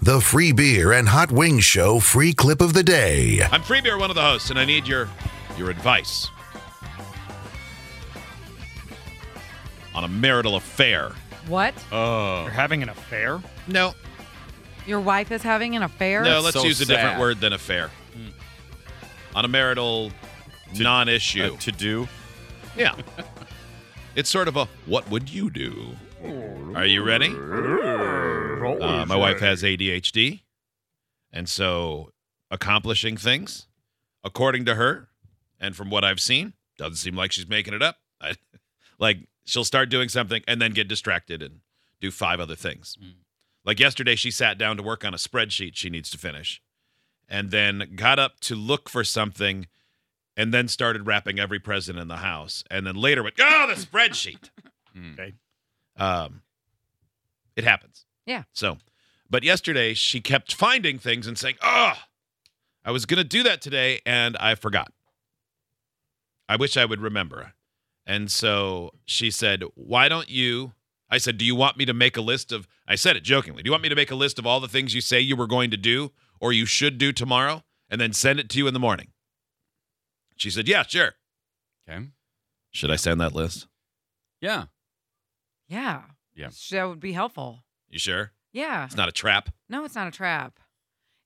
The Free Beer and Hot Wings Show free clip of the day. I'm Freebeer, one of the hosts, and I need your your advice on a marital affair. What? Oh Uh, You're having an affair? no, Your wife is having an affair? no. Let's so use a different sad. word than affair. On a marital non-issue. to do. yeah, it's sort of a what would you do? Are you ready? Uh, my wife has ADHD, and so accomplishing things, according to her, and from what I've seen, doesn't seem like she's making it up. I, like she'll start doing something and then get distracted and do five other things. Like yesterday, she sat down to work on a spreadsheet she needs to finish, and then got up to look for something, and then started wrapping every present in the house, and then later went, "Oh, the spreadsheet." Okay. Um, it happens. Yeah. So, but yesterday she kept finding things and saying, "Oh, I was gonna do that today and I forgot. I wish I would remember." And so she said, "Why don't you?" I said, "Do you want me to make a list of?" I said it jokingly. Do you want me to make a list of all the things you say you were going to do or you should do tomorrow, and then send it to you in the morning? She said, "Yeah, sure." Okay. Should I send that list? Yeah. Yeah. Yeah. Sh- That would be helpful. You sure? Yeah. It's not a trap. No, it's not a trap.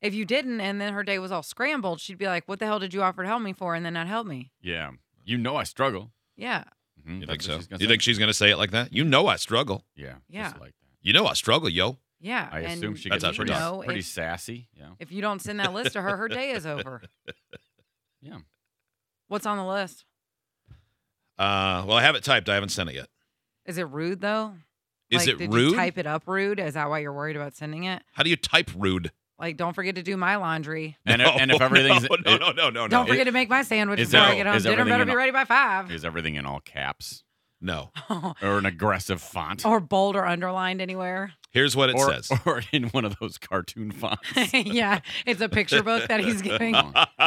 If you didn't, and then her day was all scrambled, she'd be like, What the hell did you offer to help me for? And then not help me. Yeah. You know I struggle. Yeah. Mhm, You think that's so? what she's You gonna say. think she's gonna say it like that? You know I struggle. Yeah. Yeah. Just like that. You know I struggle, yo. Yeah. I and assume she That's gets how you she pretty, does. know pretty if, sassy. Yeah. if you don't send that list to her, her day is over. Yeah. What's on the list? Uh, well, I have it typed. I haven't sent it yet. Is it rude though? Is Like, it did rude? You type it up rude. Is that why you're worried about sending it? How do you type rude? Like, don't forget to do my laundry. And, No, and if everything's no, no, no, no, no, don't no, forget to make my sandwich is before I that- get home. is Dinner everything better in be all- ready by five. is everything in all caps no. or an aggressive font or bold or underlined anywhere. Here's what it or, says. or in one of those cartoon fonts. yeah, it's a picture book that he's giving. Oh,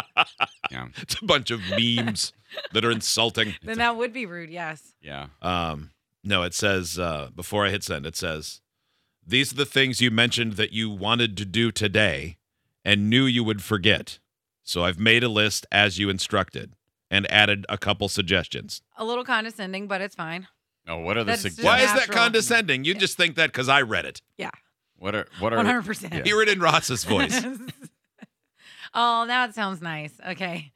yeah. it's a bunch of memes that are insulting. then that would be rude. Yes. Yeah. Um, no, it says uh, before I hit send, it says these are the things you mentioned that you wanted to do today and knew you would forget. So I've made a list as you instructed and added a couple suggestions. A little condescending, but it's fine. Oh, what are the That's just- suggestions? Why is that Natural. condescending? You just think that because I read it. Yeah, What are what are one hundred percent. Yeah. Hear it in Ross's voice. Oh, now it sounds nice. Okay.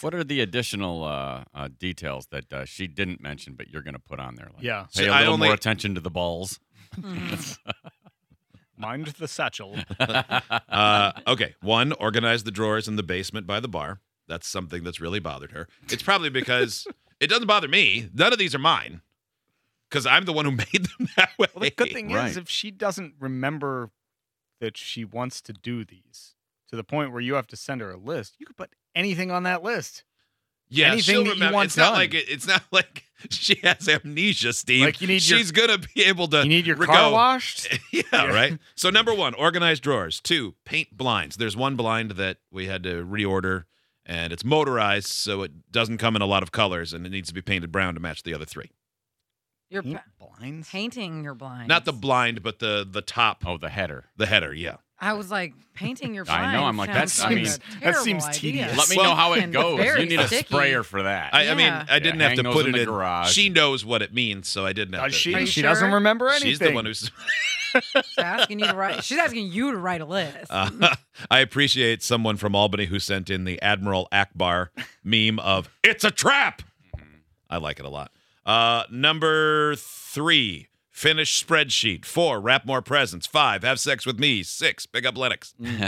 what are the additional uh, uh, details that uh, she didn't mention but you're going to put on there? Like, Yeah. So Pay a I little only- more attention to the balls. Mhm. Mind the satchel. Uh, okay, one, organize the drawers in the basement by the bar. That's something that's really bothered her. It's probably because it doesn't bother me. None of these are mine because I'm the one who made them that way. Well, the good thing Right. is if she doesn't remember that she wants to do these to the point where you have to send her a list, you could put anything on that list. yeah, anything she'll that you remember. want it's not done. like it, it's not like she has amnesia, Steve. Like, you need your- She's gonna be able Uh, to. You need your re- car go, washed. yeah, right. So number one, organize drawers. Two, paint blinds. There's one blind that we had to reorder, and it's motorized, so it doesn't come in a lot of colors, and it needs to be painted brown to match the other three. You're Paint pa- blinds. painting your blinds. Not the blind, but the the top, Oh, the header. the header. Yeah. I was like painting your blinds. I know, I'm like, that sounds like a seems- that terrible seems idea. tedious. Let me Well- know how it And goes. very You need a sticky. sprayer for that. I, I mean, Yeah. I didn't Yeah, have to hang put those in it the in. garage. She knows what it means, so I didn't have Does to. she Are you she sure? doesn't remember anything. She's the one who's. She's asking you to write. She's asking you to write a list. Uh, I appreciate someone from Albany who sent in the Admiral Akbar meme of "It's a trap." Mm-hmm. I like it a lot. Uh, number three, finish spreadsheet. Four, wrap more presents. Five, have sex with me. Six, pick up Lennox. Mm. And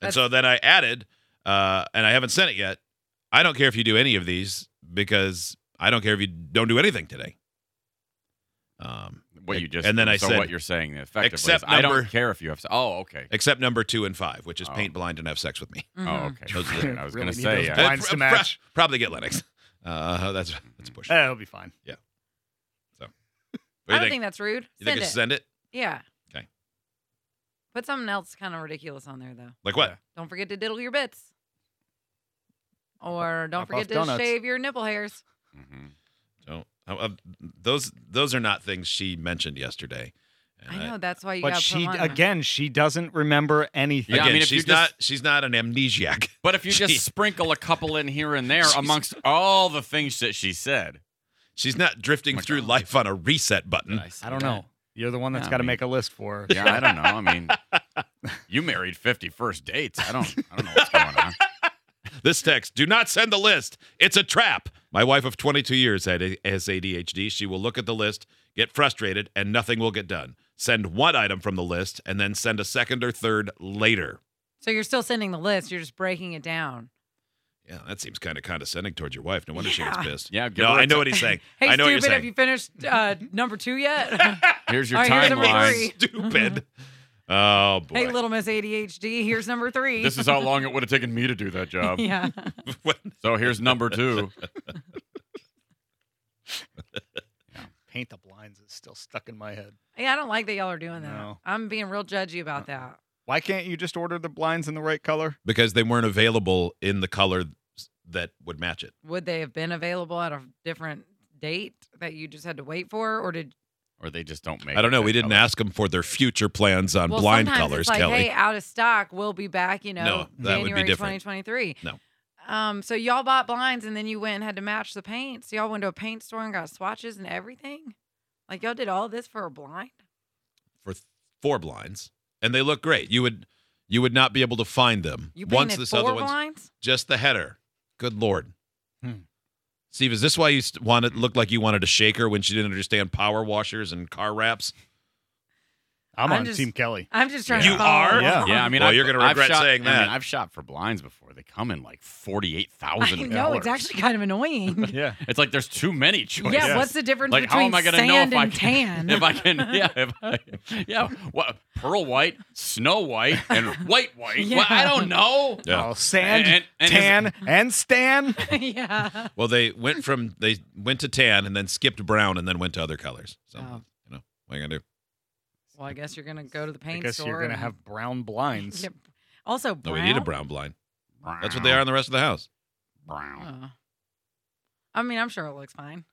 That's- so then I added, uh, and I haven't sent it yet. I don't care if you do any of these because I don't care if you don't do anything today. Um, what you just And then I so said, what you're saying effectively. is, except I don't number- care if you have. Oh, okay. Except number two and five, which is Oh. paint blind and have sex with me. Oh, Mhm. okay. Those are I was Really gonna need say those yeah. black- Blinds to match. Probably get Lennox. Uh, that's that's a push. Eh, it'll be fine. What I do don't you think think? that's rude. You think Send I it. should send it? yeah. Okay. Put something else kind of ridiculous on there though. Like what? Don't forget to diddle your bits. Or don't Knock off forget to donuts. shave your nipple hairs. mm-hmm. Mhm. Don't. uh, uh, those those are not things she mentioned yesterday. And I know that's why you But got she put 'em on there. again, she doesn't remember anything. Yeah, I Again, mean, if you she's just- not she's not an amnesiac. But if you She- just sprinkle a couple in here and there She's- amongst all the things that she said, She's not drifting Oh my through God. life on a reset Did button. say I don't that? know. You're the one that's Yeah, I got to mean- make a list for her. Mm. Yeah, I don't know. I mean, you married 50 first dates. I don't. I don't know what's going on. This text: Do not send the list. It's a trap. My wife of 22 years had A- has ADHD. She will look at the list, get frustrated, and nothing will get done. Send one item from the list, and then send a second or third later. So you're still sending the list. You're just breaking it down. Yeah, that seems kind of condescending towards your wife. No wonder she gets Yeah. pissed. Yeah, give no, her a I know t- what he's saying. Hey, I know what you're stupid, have saying. you finished uh, number two yet? Here's your All right, here's number timeline. three. stupid. Oh boy. Mm-hmm. hey, little Miss ADHD, here's number three. This is how long it would have taken me to do that job. yeah. So here's number two. Paint the blinds is still stuck in my head. Yeah, I don't like that y'all are doing that. No. I'm being real judgy about that. Why can't you just order the blinds in the right color? because they weren't available in the color that would match it. Would they have been available at a different date that you just had to wait for, or did Or they just don't make. I don't it know. that We didn't color. ask them for their future plans on well, blind sometimes colors, it's like, Kelly. Hey, out of stock. We'll be back. You know, No, that would be January different. 2023. No. Um. So y'all bought blinds, and then you went and had to match the paint. So y'all went to a paint store and got swatches and everything. Like y'all did all this for a blind. for th- four blinds, and they look great. You would you would not be able to find them You once painted this four other one's blinds. just the header. Good lord. Hmm. Steve, is this why you st- wanted looked like you wanted to shake her when she didn't understand power washers and car wraps? I'm, I'm on just- Team Kelly. I'm just trying You to. follow are? along. Yeah, I mean, Well, I've- you're gonna I've regret shot- saying I that. mean, I've shot for blinds before. They come in like forty-eight I thousand. know it's actually kind of annoying. Yeah. It's like there's too many choices. Yeah, what's the difference like between how am I gonna sand know if and I can, tan? if I can yeah if I, yeah what pearl white snow white and white white well, I Yeah. don't know Yeah. Oh, sand, And- and is- tan, and Stan. yeah. Well, they went from they went to tan and then skipped brown and then went to other colors. So Oh. you know what are you gonna do? Well, I guess you're gonna go to the I paint guess store. you're gonna and- have brown blinds. Yep. Also, No, brown. we need a brown blind. That's what they are in the rest of the house. brown Oh. I mean, I'm sure it looks fine.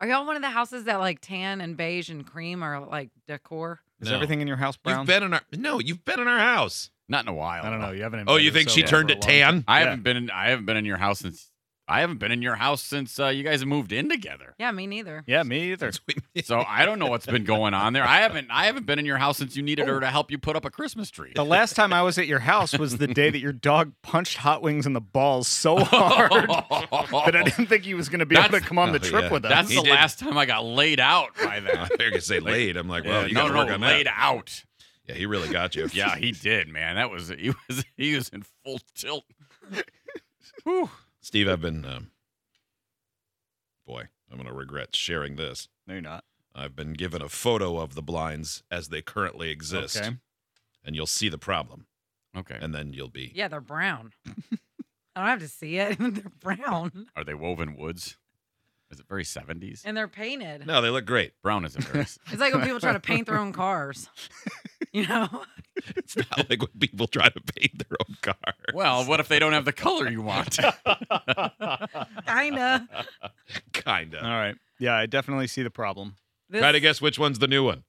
Are y'all one of the houses that like tan and beige and cream are like decor? Is No. everything in your house brown? You've been in our no, you've been in our house. not in a while I don't know. You haven't. Oh, invited you think us she over turned for a it tan? long time. I Yeah. haven't been in I haven't been in your house since I haven't been in your house since uh, you guys have moved in together Yeah, me neither. Yeah, me either. so I don't know what's been going on there I haven't I haven't been in your house since you needed her to help you put up a Christmas tree The last time I was at your house was the day that your dog punched Hot Wings in the balls so hard that I didn't think he was going to be able to Oh. That's- come on the Oh, trip yeah. with us. that's He the did. last time I got laid out by I that think I say laid. I'm like, well, Yeah, you no gotta no work on that. laid out Yeah, he really got you. Yeah, he did, man. That was he was he was in full tilt. Steve, I've been, um, boy, I'm going to regret sharing this. no, you're not. I've been given a photo of the blinds as they currently exist, Okay. and you'll see the problem, Okay. and then you'll be. Yeah, they're brown. I don't have to see it. they're brown Are they woven woods? Is it very seventies? and they're painted. No, they look great. Brown isn't very. It's like when people try to paint their own cars. You know, It's not like when people try to paint their own car. well, what if they don't have the color you want? kinda. kind All of. right. Yeah, I definitely see the problem. This, Try to guess which one's the new one.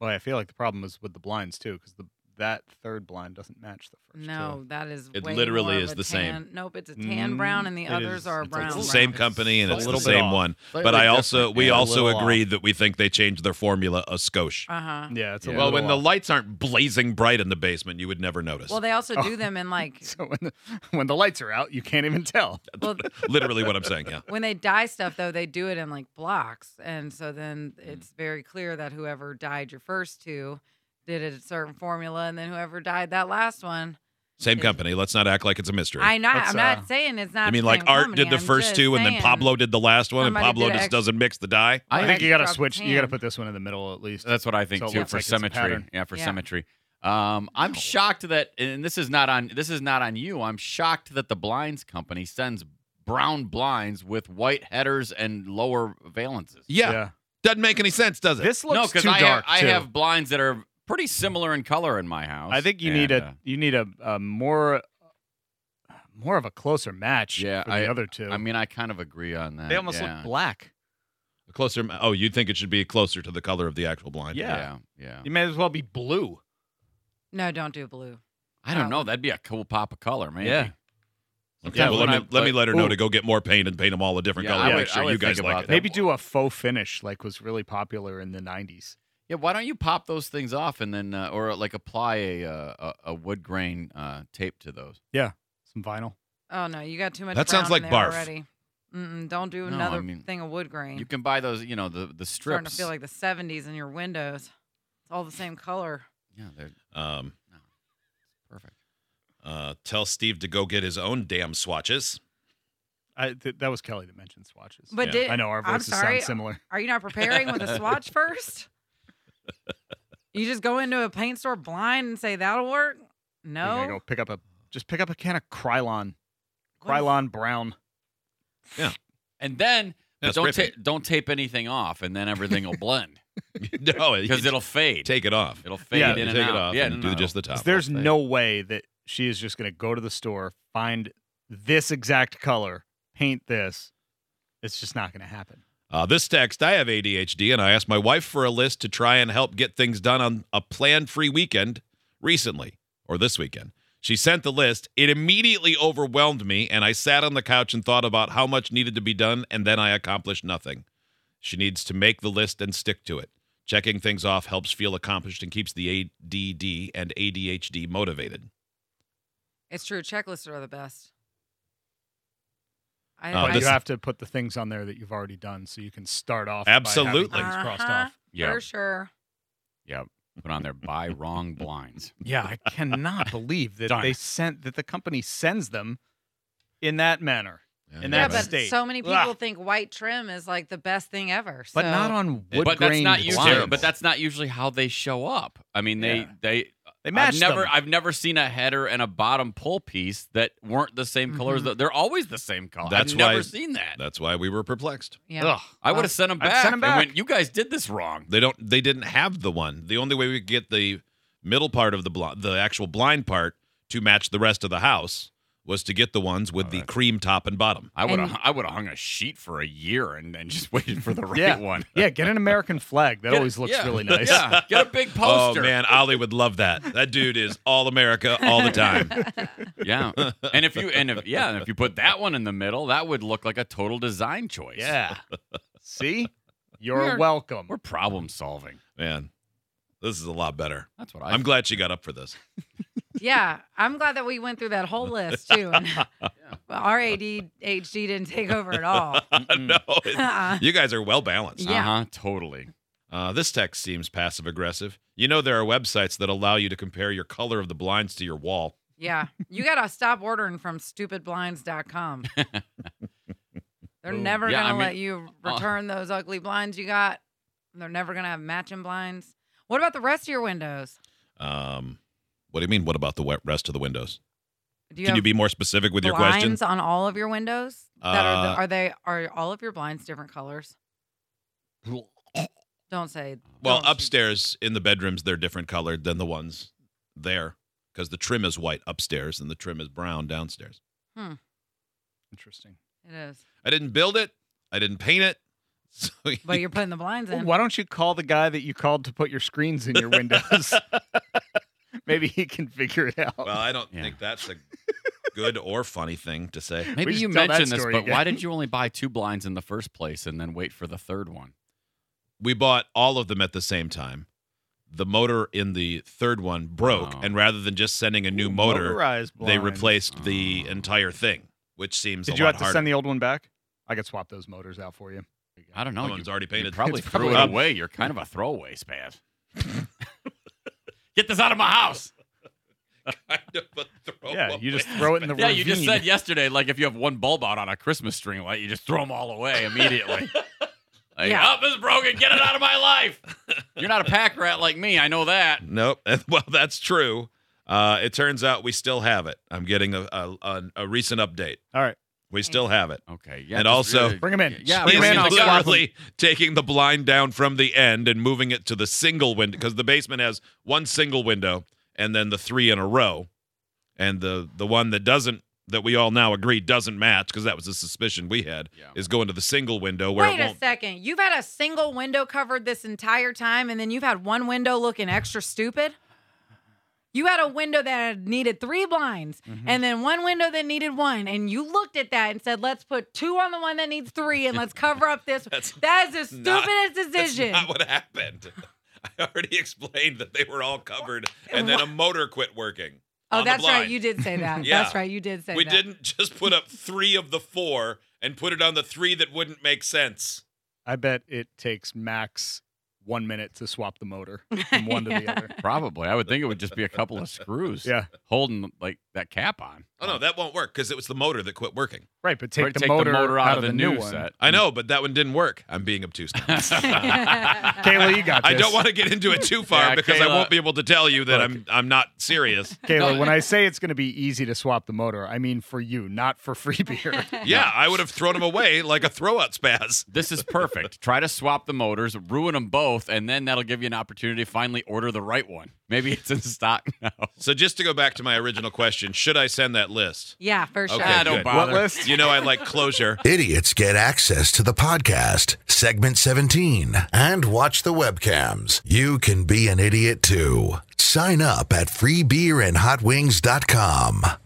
Well, I feel like the problem is with the blinds too, because the that third blind doesn't match the first. No, that is. It way literally more of is a the same. tan- Nope, it's a tan brown, and the Mm, it others is. are It's like brown. It's the Brown. same brown. company, and A it's the little bit same off. one. Slightly but I also, different, we yeah. A also little agreed that we think they changed their formula a skosh. Uh huh. Two. Yeah, it's a Yeah. little Well, when the off. lights aren't blazing bright in the basement, you would never notice. Well, they also Oh. do them in like so when the, when the lights are out, you can't even tell. well, Literally what I'm saying, yeah. when they dye stuff though they do it in like blocks and so then Mm. it's very clear that whoever dyed your first two did it a certain formula and then whoever dyed that last one Same Is- company. Let's not act like it's a mystery. I not. That's, I'm not uh, saying it's not. I mean, the like same Art company, did the I'm first just two, and then saying. Pablo did the last one, and Somebody Pablo did just ex- doesn't mix the die. I, think you got to dropped switch. his You got to hand. put this one in the middle at least. That's what I think So it too looks for like it's a symmetry. pattern. Yeah, for Yeah. symmetry. Um, I'm shocked that, and this is not on. This is not on you. I'm shocked that the blinds company sends brown blinds with white headers and lower valences. Yeah, doesn't make any sense, does it? This no, looks because too I, dark. have, too. I have blinds that are pretty similar in color in my house. I think you need and, a uh, you need a, a more more of a closer match. Yeah, for the I- other two. I mean, I kind of agree on that. they almost yeah. look black. closer. Oh, you'd think it should be closer to the color of the actual blind. Yeah. Yeah, yeah. You may as well be blue. No, don't do blue. I don't know. That'd be a cool pop of color, maybe. Yeah. Okay. Yeah, well, when let me I- let me let her know Ooh. to go get more paint and paint them all a different Yeah, color. I to would- make I sure would you guys think like about it. that. Maybe do a faux finish like was really popular in the '90s. Yeah, why don't you pop those things off and then, uh, or like apply a uh, a, a wood grain uh, tape to those? Some vinyl. Oh no, you got too much. That sounds brown like in there barf. Already. Mm-mm, don't do No, I another mean- thing of wood grain. You can buy those, you know, the the starting strips. to feel like the 70s in your windows. It's all the same color. yeah, they're Um, perfect. uh, tell Steve to go get his own damn swatches. I, th- that was Kelly that mentioned swatches. But Yeah. did I know our I'm voices sorry, sound similar. Are you not preparing with a swatch first? You just go into a paint store blind and say that'll work? You're gonna No. go pick up a just pick up a can of Krylon, What is- Krylon brown. And then, but That's don't ta- ripping. don't tape anything off, and then everything will blend no, you because can it'll fade. take it off. it'll fade Yeah, in you and take out. it off yeah, and no, do no. just the top. There's thing. no way that she is just going to go to the store, find this exact color, paint this. It's just not going to happen. Uh, this text, I have ADHD, and I asked my wife for a list to try and help get things done on a planned free weekend recently, or this weekend. She sent the list. It immediately overwhelmed me, and I sat on the couch and thought about how much needed to be done, and then I accomplished nothing. She needs to make the list and stick to it. Checking things off helps feel accomplished and keeps the ADD and ADHD motivated. It's true. Checklists are the best. I, Oh, I- you this- have to put the things on there that you've already done, so you can start off. Absolutely. by having things crossed Uh-huh. off. Yeah, for sure. yeah. Put on there buy wrong blinds. Yeah, I cannot believe that Darn. they sent that the company sends them in that manner, in Yeah, that yeah, but state. so many people Ugh. think white trim is like the best thing ever. but so- not on wood but that's grain not blinds. usually. But that's not usually how they show up. I mean, they Yeah. they they match I've never them. I've never seen a header and a bottom pull piece that weren't the same colors. Mhm. They're always the same color. That's I've why- never seen that. That's why we were perplexed. Yeah. Ugh. I would have sent them I'd back. sent 'em and back. went, you guys did this wrong. They don't. They didn't have the one. The only way we could get the middle part of the blind, the actual blind part, to match the rest of the house was to get the ones with Oh, the that's- cream top and bottom. I would have And- I would have hung a sheet for a year and then just waited for the right Yeah. one. Yeah, get an American flag. That Get- always looks yeah, really nice. Yeah, get a big poster. Oh man, Ollie would love that. That dude is all America all the time. Yeah, and if you and if, yeah, and if you put that one in the middle, that would look like a total design choice. Yeah. See? You're We're- welcome. we're problem solving. Man, this is a lot better. That's what I. I'm glad she got up for this. yeah. I'm glad that we went through that whole list too. And well, our ADHD didn't take over at all. no, it- Uh-uh. you guys are well balanced. Yeah. Uh huh. Totally. Uh, this text seems passive aggressive. You know there are websites that allow you to compare your color of the blinds to your wall. Yeah. You got to stop ordering from stupidblinds.com. They're never Yeah, going I to mean- let you uh, return those ugly blinds you got. They're never going to have matching blinds. What about the rest of your windows? Um, what do you mean? What about the we- rest of the windows? Do you Can have you be more specific with your blinds question? on all of your windows? That are, Uh, the, are they are all of your blinds different colors? Don't say. Well, don't- upstairs in the bedrooms, they're different colored than the ones there because the trim is white upstairs and the trim is brown downstairs. Interesting. It is. I didn't build it, I didn't paint it. So But you're putting the blinds in. why don't you call the guy that you called to put your screens in your windows? Maybe he can figure it out. well, I don't Yeah. think that's a good or funny thing to say. Maybe should you tell that mentioned this, story but again. why did you only buy two blinds in the first place and then wait for the third one? We bought all of them at the same time. The motor in the third one broke, Oh. and rather than just sending a new motor, Motorized they blinds. replaced the Oh. entire thing, which seems Did a you lot have to harder. send the old one back? I could swap those motors out for you. I don't know. That one's you, already You painted. probably It's threw probably- it away. You're kind of a throwaway spaz. Get this out of my house. kind of a throw Yeah, away. you just throw it in the Yeah, you just ravine. said yesterday, like if you have one bulb out on a Christmas string light, you just throw them all away immediately. like, Yeah. up is broken. Get it out of my life. You're not a pack rat like me. I know that. Nope. Well, that's true. Uh, it turns out we still have it. I'm getting a a, a, a recent update. All right, We still have it. Okay. Yeah. And just also- really- bring him in. Yeah, bring He's we ran him in. out of swap. literally taking the blind down from the end and moving it to the single window because the basement has one single window and then the three in a row, and the the one that doesn't that we all now agree doesn't match because that was the suspicion we had Yeah. is going to the single window where Wait it a won't. second. You've had a single window covered this entire time, and then you've had one window looking extra stupid. You had a window that needed three blinds, Mm-hmm. and then one window that needed one, and you looked at that and said, "Let's put two on the one that needs three, and let's cover up this." That's that is the not- That's stupidest decision. not what happened. I already explained that they were all covered, and then a motor quit working. on oh, the that's right. blind. You did say that. Yeah. That's right. You did say we that. didn't just put up three of the four and put it on the three that wouldn't make sense. I bet it takes max one minute to swap the motor from one to the other. Probably. I would think it would just be a couple of screws. Yeah. Holding like that cap on. Oh no, that won't work because it was the motor that quit working. Right, but Or take, the, motor out of the new new one. set. I know, but that one didn't work. I'm being obtuse. now. Kayla, you got this. I don't want to get into it too far Yeah, because I Kayla- won't be able to tell you that I'm I'm not serious. Kayla, when I say it's going to be easy to swap the motor, I mean for you, not for free beer. Yeah, I would have thrown him away like a throwout spaz. This is perfect. Try to swap the motors, ruin them both, and then that'll give you an opportunity to finally order the right one. Maybe it's in stock now. So just to go back to my original question, should I send that list? yeah, for sure. Okay, Ah, don't good. what bother. list? You know, I like closure. Idiots get access to the podcast, segment 17, and watch the webcams. You can be an idiot too. Sign up at freebeerandhotwings.com.